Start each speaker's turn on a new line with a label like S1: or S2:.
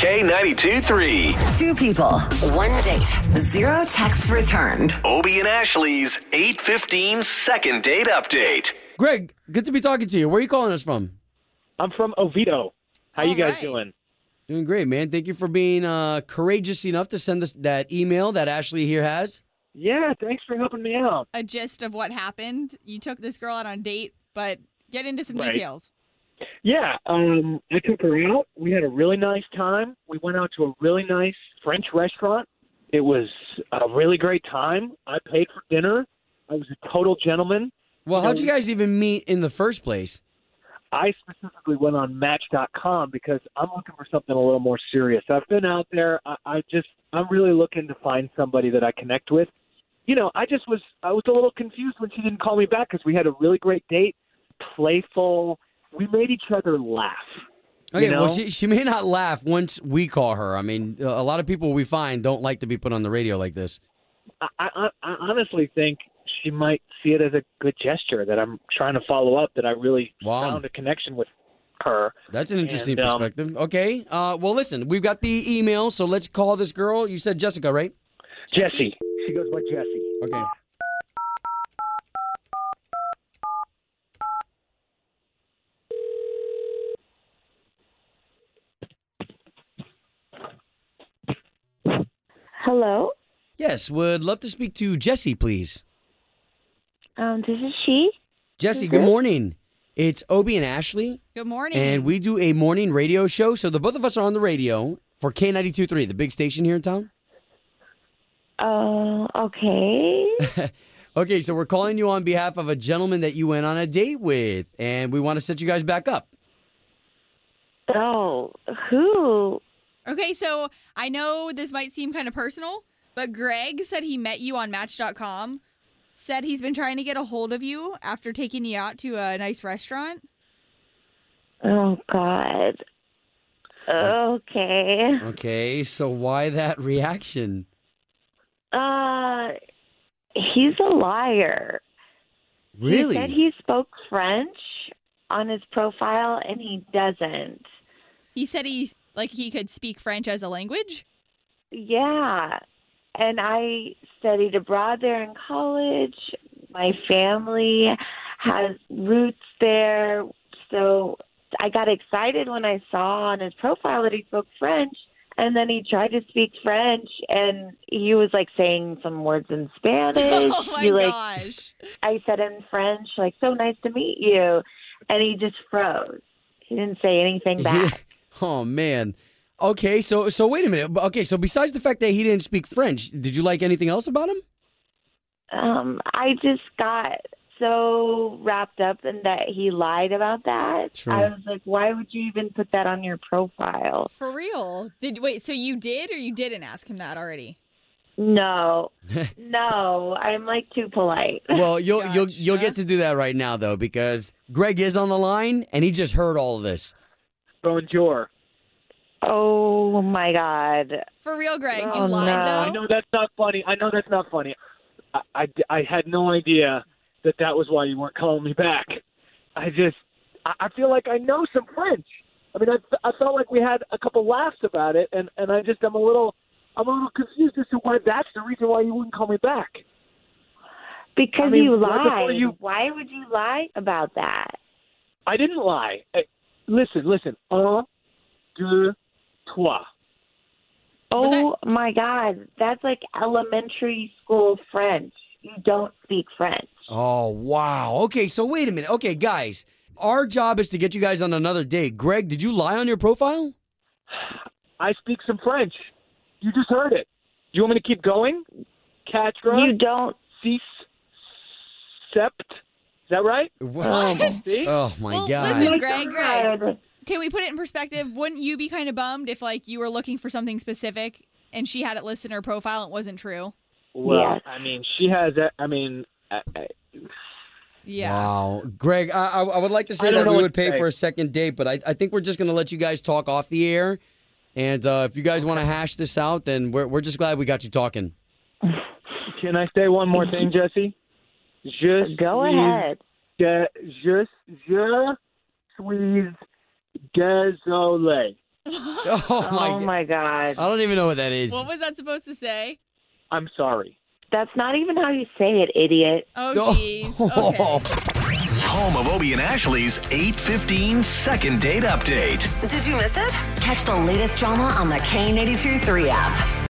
S1: K92 3.
S2: Two people, one date, zero texts returned.
S1: Obie and Ashley's 815 second date update.
S3: Greg, good to be talking to you. Where are you calling us from?
S4: I'm from Oviedo. How you
S5: All
S4: guys
S5: right.
S4: doing?
S3: Doing great, man. Thank you for being uh, courageous enough to send us that email that Ashley here has.
S4: Yeah, thanks for helping me out.
S5: a gist of what happened. You took this girl out on a date, but get into some
S4: Right.
S5: details.
S4: Yeah, um, I took her out. We had a really nice time. We went out to a really nice French restaurant. It was a really great time. I paid for dinner. I was a total gentleman.
S3: Well, how'd you guys even meet in the first place?
S4: I specifically went on Match.com because I'm looking for something a little more serious. I've been out there. I, I just I'm really looking to find somebody that I connect with. You know, I just was I was a little confused when she didn't call me back because we had a really great date, playful. We made each other laugh.
S3: Okay,
S4: You
S3: well,
S4: know?
S3: she, she may not laugh once we call her. I mean, a lot of people we find don't like to be put on the radio like this.
S4: I, I, I honestly think she might see it as a good gesture that I'm trying to follow up. That I really
S3: Wow.
S4: found a connection with her.
S3: That's an interesting
S4: And, um,
S3: perspective. Okay, uh, well, listen, we've got the email, so let's call this girl. You said Jessica, right?
S4: Jesse. She goes by Jesse.
S3: Okay.
S6: Hello.
S3: Yes, would love to speak to Jesse, please.
S6: Um, this is she.
S3: Jesse, good morning. It's Obie and Ashley,
S5: Good morning.
S3: and we do a morning radio show. So the both of us are on the radio for K92.3, the big station here in town.
S6: Uh, okay.
S3: Okay, so we're calling you on behalf of a gentleman that you went on a date with, and we want to set you guys back up.
S6: oh, who?
S5: okay, so I know this might seem kind of personal, but Greg said he met you on Match.com. Said he's been trying to get a hold of you after taking you out to a nice restaurant.
S6: Oh God. Okay.
S3: Okay, so why that reaction?
S6: Uh, he's a liar. He said he spoke French on his profile, and he doesn't.
S5: He said he like he could speak French as a language.
S6: Yeah. And I studied abroad there in college. My family has roots there. So I got excited when I saw on his profile that he spoke French. And then he tried to speak French and he was like saying some words in Spanish.
S5: Oh my
S6: he, like,
S5: gosh.
S6: I said in French, like, so nice to meet you. And he just froze. He didn't say anything back.
S3: oh man. Okay, so so wait a minute. But- Okay, so besides the fact that he didn't speak French, did you like anything else about him?
S6: Um, I just got so wrapped up in that he lied about that.
S3: True.
S6: I was like, why would you even put that on your profile?
S5: For real. Did wait, so you did or you didn't ask him that already?
S6: No, no, I'm like too polite.
S3: Well, you'll you'll you'll
S5: Gotcha.
S3: get to do that right now though, because Greg is on the line and he just heard all of this.
S4: Bonjour.
S6: Oh my god.
S5: For real, Greg. You
S6: Oh,
S5: lied
S6: no.
S5: though?
S4: I know that's not funny. I know that's not funny. I, I, I had no idea that that was why you weren't calling me back. I just, I, I feel like I know some French. I mean, I, I felt like we had a couple laughs about it, and, and I just, I'm a little, I'm a little confused as to why that's the reason why you wouldn't call me back.
S6: Because
S4: I mean,
S6: you
S4: right before
S6: lied.
S4: you-
S6: Why would you lie about that?
S4: I didn't lie. Eh, Listen, listen. Un, deux, trois.
S5: Was that-
S6: Oh my god. That's like elementary school French. You don't speak French.
S3: Oh wow. Okay, so wait a minute. Okay, guys. Our job is to get you guys on another date. Greg, did you lie on your profile?
S4: I speak some French. You just heard it. You want me to keep going? Catra?
S6: You don't.
S4: cease sept. Is that right?
S3: Wow.
S4: See?
S6: Uh,
S3: oh my
S5: Well,
S3: god.
S5: listen, Greg, Greg.
S6: God.
S5: Can we put it in perspective? Wouldn't you be kind of bummed if like you were looking for something specific and she had it listed in her profile and it wasn't true?
S4: well,
S6: Yes.
S4: I mean, she has. a- I mean, uh, I, I,
S5: Yeah.
S3: Wow, Greg, I, I I would like to say
S4: I don't
S3: that
S4: know
S3: we
S4: what
S3: would
S4: to
S3: pay
S4: say.
S3: for a second date, but I, I think we're just going to let you guys talk off the air. And uh, if you guys want to hash this out, then we're, we're just glad we got you talking.
S4: can I say one more thing, Jesse? Je
S6: Go
S4: suis
S6: ahead.
S4: de- je, je suis désolé.
S3: Oh my!
S6: oh
S3: God.
S6: my God.
S3: I don't even know what that is.
S5: What was that supposed to say?
S4: I'm sorry.
S6: That's not even how you say it, idiot.
S5: Oh,
S3: Oh.
S5: jeez. Okay.
S1: Home of Obie and Ashley's 815 second date update.
S2: Did you miss it? Catch the latest drama on the K82 3 app.